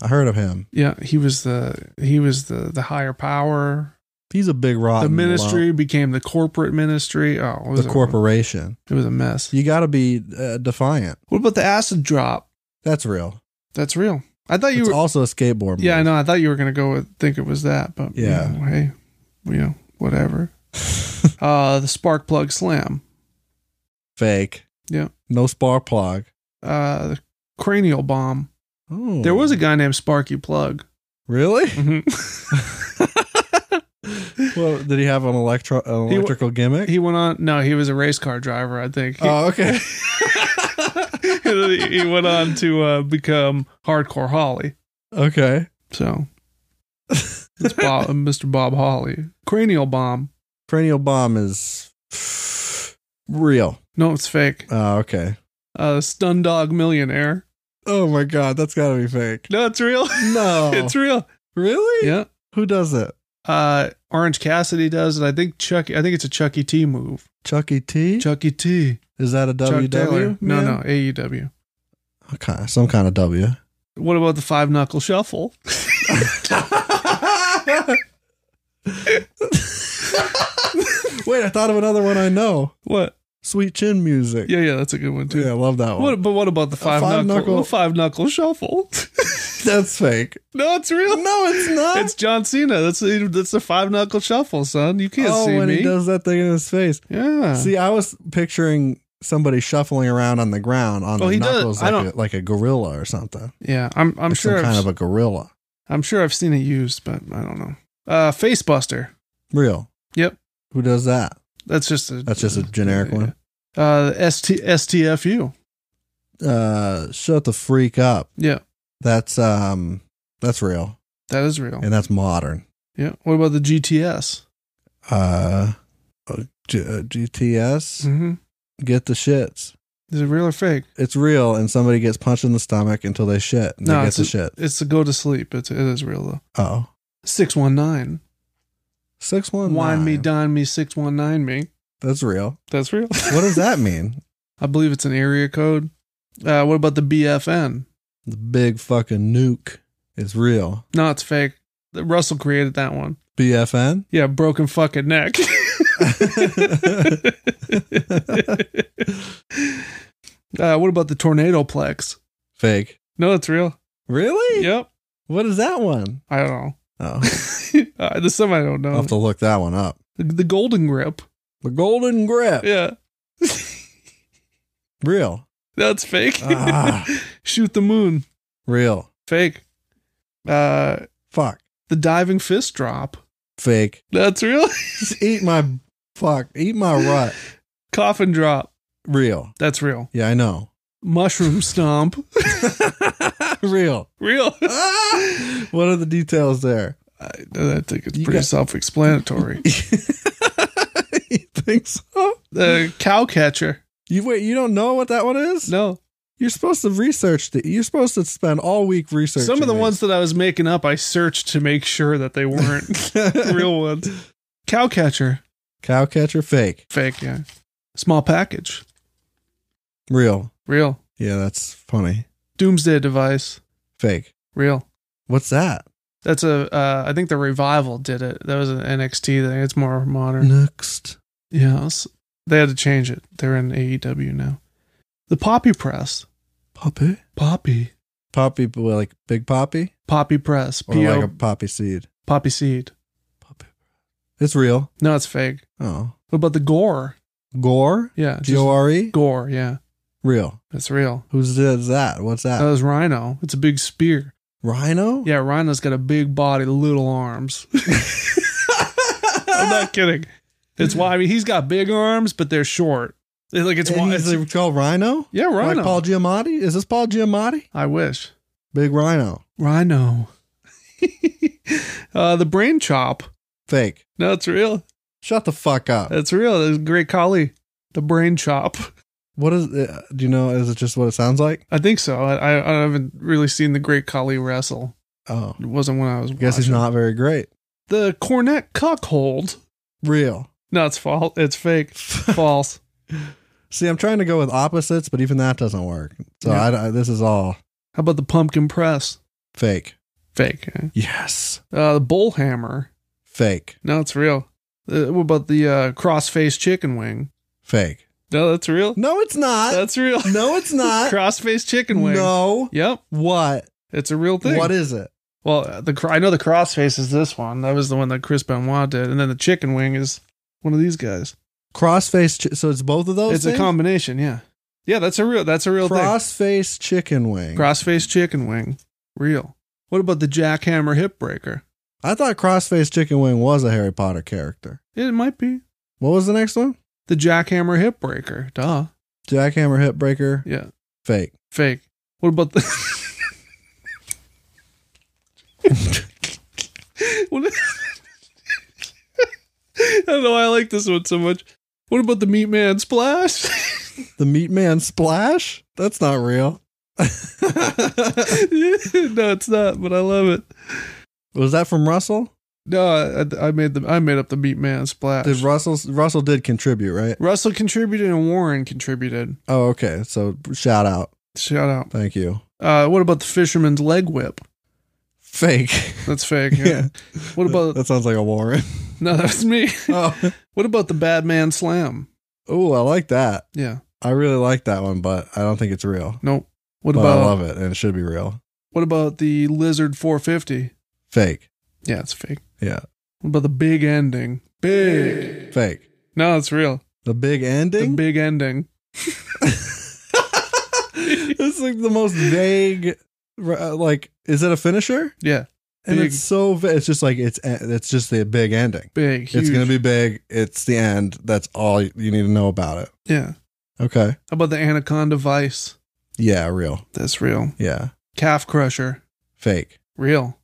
I heard of him. Yeah, he was the he was the the higher power. He's a big rotten the ministry lump. became the corporate ministry. Oh, it was the a- corporation. It was a mess. You got to be uh, defiant. What about the acid drop? That's real. That's real. I thought you it's were also a skateboard. Yeah, I move. know. I thought you were gonna go with think it was that, but you Yeah. know, hey, you know, whatever. uh the spark plug slam. Fake. Yeah. No spark plug. Uh the cranial bomb. Oh, There was a guy named Sparky Plug. really. Mhm. well, did he have an electro an He wa- electrical gimmick? he went on. No, he was a race car driver, I think. He, oh, okay. he went on to uh, become Hardcore Holly. okay. So It's Bob, Mr. Bob Holly. Cranial bomb. Cranial bomb is real. No, it's fake. Oh, okay. Uh, stun dog millionaire. Oh my god, that's gotta be fake. No, it's real. No, It's real. really. Yeah. Who does it? Uh, Orange Cassidy does it. I think Chucky. I think it's a Chuck E. T move. Chucky T. Chuck E. T. is that a Chuck WW? Taylor. No, man? no, E AEW. Okay, some kind of W. What about the five knuckle shuffle? Wait, I thought of another one I know. What? Sweet chin music. Yeah, yeah, that's a good one too. Yeah, I love that one. What? But what about the five, five knuckle, knuckle- five knuckle shuffle? That's fake. no, it's real. No, it's not. It's John Cena. That's the, that's the five knuckle shuffle, son. You can't oh, see when me. he does that thing in his face. yeah. See, I was picturing somebody shuffling around on the ground on Oh, the he does. knuckles I like don't- a, like a gorilla or something. yeah. I'm I'm Like sure some I've, kind of a gorilla. I'm sure I've seen it used, but I don't know. Uh, Facebuster. Real. Yep. Who does that? That's just a That's just a generic one. Uh, ST, STFU. Uh, shut the freak up. Yeah, That's um, that's real that is real. and that's modern. Yeah. What about the GTS? Uh, uh, G- uh, GTS. Mm-hmm. Get the shits. Is it real or fake? It's real, and somebody gets punched in the stomach until they shit. And they get it's the a, shit. It's the go to sleep. It's it is real though. Oh. Six one nine. Six one. Wine me, dine me, six one nine me. That's real. That's real. What does that mean? I believe it's an area code. Uh, what about the BFN? the big fucking nuke is real. No, it's fake. Russell created that one. BFN. Yeah, broken fucking neck. uh, what about the tornado plex? Fake. No, it's real. Really? Yep. What is that one? I don't know. Oh, uh, there's some I don't I'll know. have to look that one up. the, the golden grip. The golden grip. Yeah, Real. that's fake. Ah. Shoot the moon. Real. Fake. Uh, Fuck. the diving fist drop. Fake. That's real. Just eat my fuck. Eat my rut. Coffin drop. Real. That's real. Yeah, I know. Mushroom stomp. real. real. Ah! What are the details there? I, I think it's You pretty got- self-explanatory. you think so? the cow catcher. You wait. You don't know what that one is? No, You're supposed to research. The, you're supposed to spend all week researching. some of the these. ones that I was making up, I searched to make sure that they weren't real ones. Cow catcher, Cow catcher fake. fake, yeah. Small package, Real. real. Yeah, that's funny. Doomsday device, Fake. real. What's that? That's a. Uh, I think the revival did it. That was an NXT thing. It's more modern. Next. Yes, they had to change it. They're in AEW now. The poppy press, Poppy. poppy, Poppy well, like big poppy? poppy press, Or P O like a poppy seed. poppy seed. Poppy. It's real. No, it's fake. Oh. What about the gore? Gore? Yeah, just G O R E? gore. Yeah, Real. that's real. Who's does that? What's that? That was Rhino. It's a big spear. Rhino? Uh, Yeah, Rhino's got a big body, little arms. I'm not kidding. It's why I mean, he's got big arms, but they're short. It's like it's It's one, why. is it's- it called Rhino? Yeah, Rhino. Like Paul Giamatti? Is this Paul Giamatti? I wish Big Rhino. Rhino. uh, the brain chop. Fake. No, it's real. Shut the fuck up. That's real. That's great, Kali. The brain chop. What is it? Do you know? Is it just what it sounds like? I think so. I, I, I haven't really seen the great Kali wrestle. Oh, It wasn't when I was. guess he's watching. not very great. The cornet cuckold. Real. No, it's false. It's fake. false. See, I'm trying to go with opposites, but even that doesn't work. So Yeah. I- I- this is all How about the pumpkin press? fake. Fake. eh? Yes, Uh, the bull hammer. fake, No, it's real. Uh, what about the uh, cross-face chicken wing? fake. No, that's real. No, it's not. That's real. no, it's not. cross-face chicken wing. no. Yep, What? it's a real thing. What is it? well, uh, the cr- I know the crossface is this one. That was the one that Chris Benoit did, and then the chicken wing is one of these guys. Crossface. Chi- so it's both of those. it's things? a combination. Yeah, yeah, that's a real. That's a real Crossface chicken wing. thing. Crossface chicken wing. Real. What about the jackhammer hip breaker? I thought crossface chicken wing was a Harry Potter character. It might be What was the next one? the jackhammer hip breaker. Duh. Jackhammer hip breaker. Yeah. Fake. Fake. What about the What I don't know why I like this one so much. What about the meat man splash? The meat man splash? That's not real. no, it's not, but I love it. Was that from Russell? No, I, I made the I made up the meat man splash. Did Russell Russell did contribute, right? Russell contributed and Warren contributed. Oh, okay. So shout out. Shout out. Thank you. Uh, what about the fisherman's leg whip? Fake. That's fake. Yeah. What about that sounds like a Warren. no? That's me. oh. what about the bad man slam? Ooh, I like that. Yeah. I really like that one, but I don't think it's real. Nope. What but about I love it and it should be real. what about the lizard 450? Fake. Yeah, it's fake. Yeah. What about the big ending? Big. Fake. No, it's real. The big The ending? big ending. it's like the most vague uh, like is it a finisher? Yeah, And Big. it's so va- it's just like it's it's just the big ending. big. It's huge. going to be big. It's the end. That's all you need to know about it. Yeah. Okay. How about the anaconda vice? Yeah, real. That's real. Yeah. Calf crusher. Fake. Real.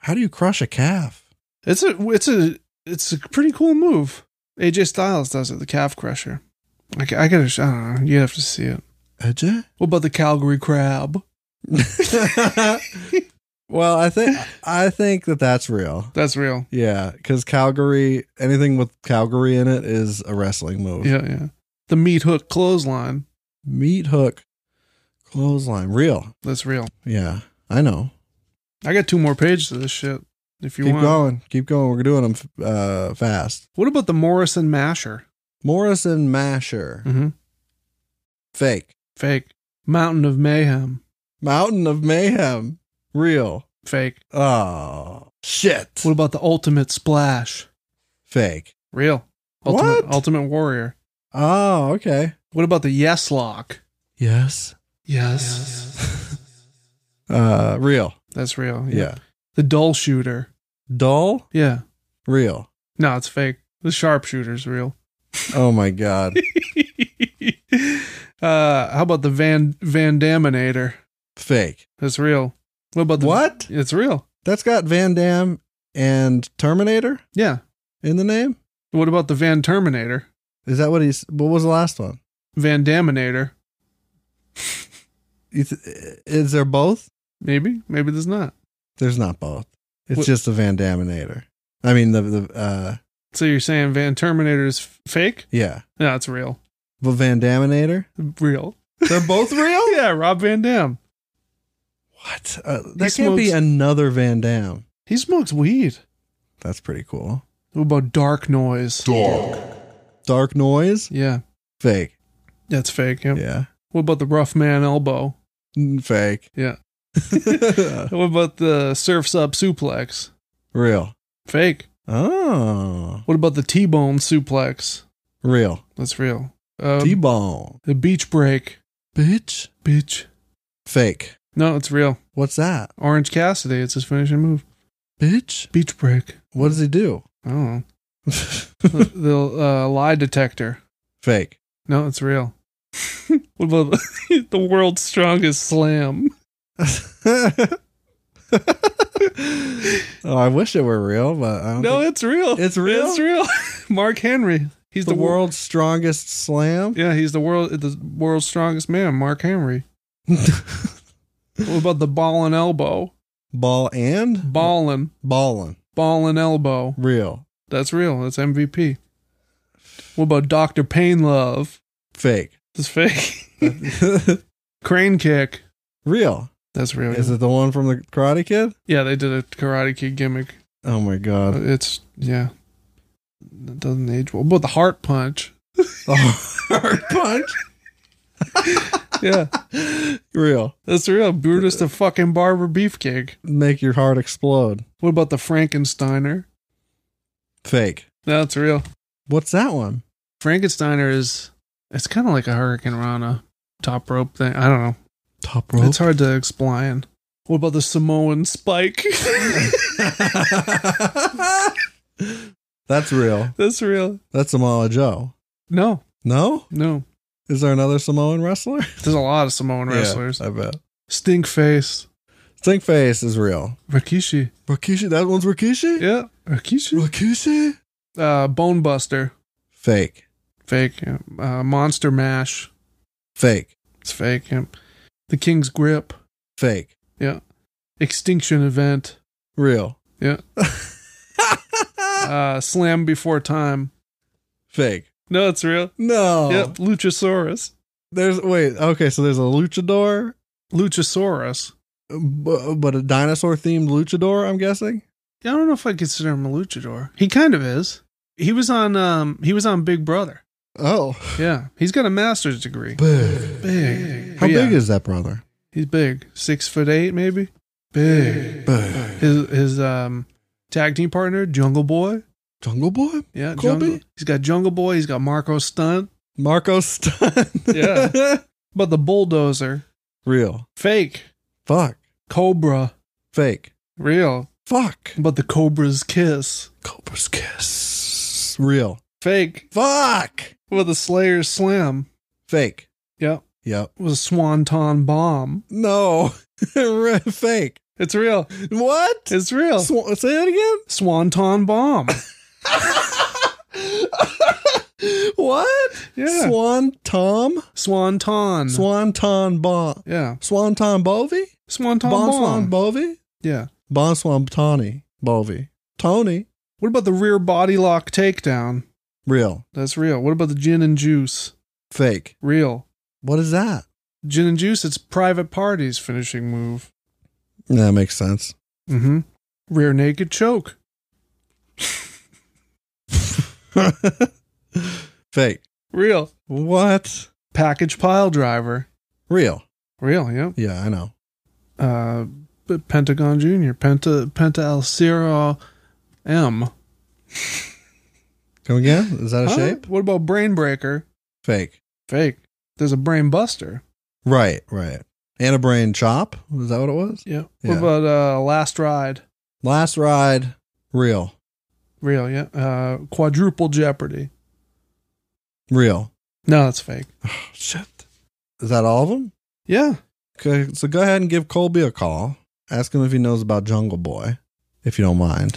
How do you crush a calf? It's a it's a it's a pretty cool move. AJ Styles does it. The calf crusher. I, ca- I gotta. sh- I don't know. You have to see it. AJ? What about the Calgary crab? well, I think I think that that's real. That's real. Yeah, cuz Calgary anything with Calgary in it is a wrestling move. Yeah, yeah. The meat hook clothesline. Meat hook clothesline real. That's real. Yeah. I know. I got two more pages of this shit. If you Keep want. going. Keep going. We're doing them uh fast. What about the Morrison masher? Morrison Masher. Mm-hmm. Fake. Fake. Mountain of mayhem. Mountain of Mayhem. Real. Fake. Oh, shit. What about the ultimate splash? Fake. Real. Ultimate, What? Ultimate Warrior. Oh, okay. What about the Yes Lock? Yes. Yes. Uh, real. That's real. Yeah. The Dull Shooter. Dull. Yeah. Real. No, it's fake. The Sharpshooter's real. Oh my god. uh, how about the Van Van Daminator? Fake. That's real. What about the What? It's real. That's got Van Damme and Terminator Yeah. in the name. What about the Van Terminator? Is that what he's? What was the last one? Van Daminator? You th- uh, is there both? Maybe. Maybe there's not. There's not both. It's What- just the Van Daminator. I mean the the uh So you're saying Van Terminator is f- fake? yeah. No, it's real. But Van Daminator? Real. Oh, They're both real? Yeah, Rob Van Dam. What? Uh, that He can't be smokes- another Van Damme. He smokes weed. That's pretty cool. What about dark noise? Dark. Dark noise? Yeah, Fake. that's fake. Yeah. Yeah. What about the rough man elbow? Mm, Fake. Yeah. What about the surfs up suplex? real. Fake. Oh. What about the T-bone suplex? Real. That's real. Um, T-bone. the beach break. Bitch. Bitch. Fake. No, it's real. What's that? Orange Cassidy. It's his finishing move. Bitch. Beach break. What does he do? I don't know. the the, uh, lie detector. Fake. No, it's real. what about the, the world's strongest slam? oh, I wish it were real, but I don't No, think- it's real. It's real? It's real. Mark Henry. He's the, the world. world's strongest slam. Yeah, he's the world. The world's strongest man, Mark Henry. What about the ball and elbow? Ball and Ballin, ballin. ball and elbow. Real. That's real. That's MVP. What about Doctor Pain Love? Fake. That's fake. Crane kick. real. That's real. Is it the one from the Karate Kid? yeah, they did a Karate Kid gimmick. Oh my god. It's yeah. It doesn't age well. But the heart punch. The hard punch? Yeah, Real. that's real. Brutus the fucking barber beefcake. Make your heart explode. What about the Frankensteiner? Fake. That's real. What's that one? Frankensteiner is it's kind of like a Hurricane Rana top rope thing. I don't know. Top It's hard to explain. What about the Samoan spike? That's real. That's real. That's Samoa Joe. No, No? no. Is there another Samoan wrestler? There's a lot of Samoan wrestlers. Yeah, I bet. Stink face. Stink face is real. Rikishi. Rikishi, that one's Rikishi? Yeah. Rikishi? Rikishi? Uh, Bone Buster. Fake. Fake. yeah. Uh, Monster Mash. Fake. It's fake. yeah. The King's Grip. Fake. Yeah. Extinction Event. Real. Yeah. uh, Slam Before Time. Fake. No, it's real. No. Yep. Luchasaurus. There's wait, okay, so there's a luchador, Luchasaurus. bu- but a dinosaur themed luchador, I'm guessing. I don't know if I consider him a luchador. He kind of is. He was on um he was on Big Brother. Oh. Yeah. He's got a master's degree. Big. Big. How But yeah, big is that brother? he's big. Six foot eight, maybe? Big. Big. His his um tag team partner, Jungle Boy. Jungle Boy? Yeah, Colby? Jungle. He's got Jungle Boy, he's got Marco Stunt. Marco Stunt. Yeah. But the bulldozer, Real. fake. Fuck. Cobra, Fake. real. Fuck. But the Cobra's kiss, Cobra's kiss. Real. fake. Fuck. But the Slayer's slam, Fake. yep. Yep. Was a swanton bomb. No. Re- Fake. It's real. What? It's real. Sw- say that again. Swanton bomb. What? Yeah. Swan Tom. Swanton. Swanton Bon. yeah. Swanton Bovey. Swanton Bon bomb. Swan Bovey. yeah. Bon Swan Tawny Bovey. Tony. What about the rear body lock takedown? Real. That's real. What about the gin and juice? Fake. Real. What is that? Gin and juice, it's private parties finishing move. That makes sense. Mm-hmm. Rear naked choke. Fake. Real. What? Package pile driver. Real. Real, yep. Yeah, I know. uh, P- Pentagon Junior, Penta Penta El Ciro M. Come again? Is that a Huh? shape? What about Brain Breaker? Fake. Fake. There's a Brain Buster. Right, right. And a brain chop. Is that what it was? Yeah. Yeah. What about uh, Last Ride? Last ride. Real. Real, yeah. Uh, quadruple Jeopardy. Real. No, that's fake. Shit. Is that all of them? Yeah. Okay, so go ahead and give Colby a call. Ask him if he knows about Jungle Boy, if you don't mind.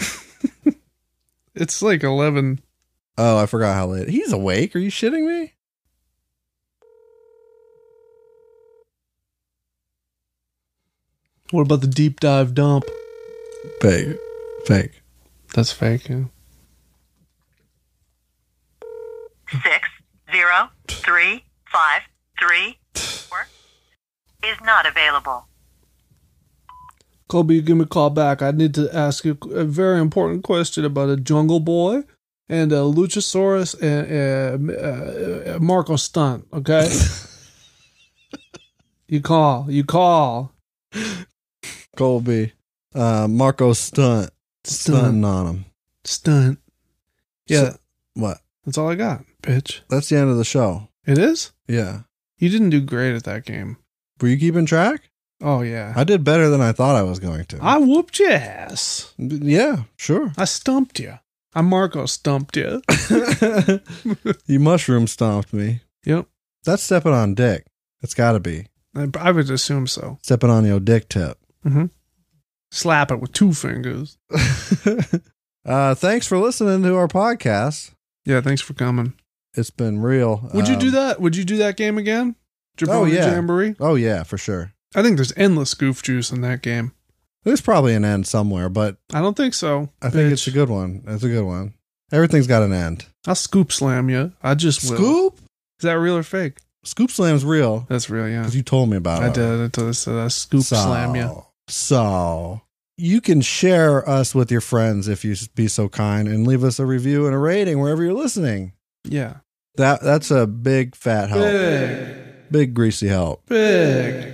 It's like eleven. oh, I forgot how late. He's awake. Are you shitting me? What about the deep dive dump? Fake. Fake. That's fake. Yeah. six zero three five three four is not available. Colby, give me a call back. I need to ask you a very important question about a Jungle Boy and a Luchasaurus and uh, uh, Marco Stunt. Okay. you call. You call. Colby. Uh, Marco stunt. Stunting on him. Stunt. Yeah, So- What? that's all I got, bitch. That's the end of the show. It is. Yeah. You didn't do great at that game. Were you keeping track? Oh yeah. I did better than I thought I was going to. I whooped your ass. yeah, sure. I stumped you. I Marco stumped you. you mushroom stomped me. Yep. That's stepping on dick. It's got to be I, I would assume so. stepping on your dick tip. Slap it with two fingers. uh, thanks for listening to our podcast. Yeah. Thanks for coming. It's been real. Would you Um, do that? Would you do that game again? Jabroni Oh, yeah. Jamboree. Oh yeah, for sure. I think there's endless goof juice in that game. There's probably an end somewhere, but I don't think so. I think bitch. it's a good one. It's a good one. Everything's got an end. I'll scoop slam you. I just will. Scoop, Is that real or fake? scoop slam's real That's real. Yeah, because you told me about I it. did. I told I said I scoop slam you. So you can share us with your friends if you be so kind and leave us a review and a rating wherever you're listening. Yeah. That that's a big fat help. Big, Big greasy help. big.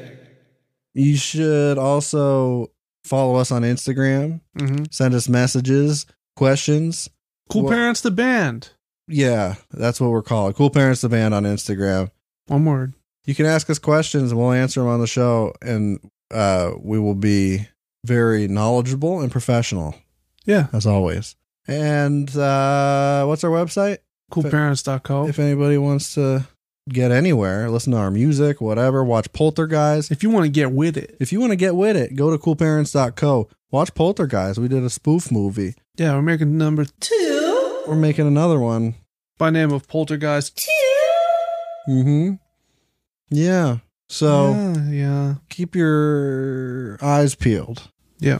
You should also follow us on Instagram, hmm send us messages, questions. Cool What- parents the band. Yeah, that's what we're called. Cool Parents the Band on Instagram. One word. You can ask us questions and we'll answer them on the show and uh, we will be very knowledgeable and professional. Yeah. as always. And uh, what's our website? Coolparents.co. If anybody wants to get anywhere, listen to our music, whatever, watch Poltergeist. If you want to get with it, If you want to get with it, go to coolparents.co. Watch Poltergeist. We did a spoof movie. yeah, we're making number We're making another one. by name of Poltergeist. Mm-hmm. Yeah. So yeah, yeah, keep your eyes peeled. yeah.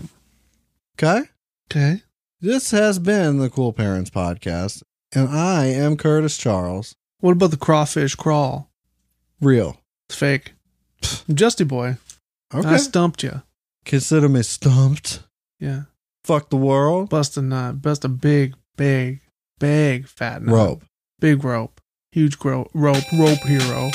Okay? Okay, This has been the Cool Parents Podcast. And I am Curtis Charles. what about the crawfish crawl? Real. It's fake. Justy boy, Okay. I stumped you. Consider me stumped. Yeah, Fuck the world. bust a nut, bust a big, big, big fat nut. Rope. big rope, huge gro- rope, rope hero.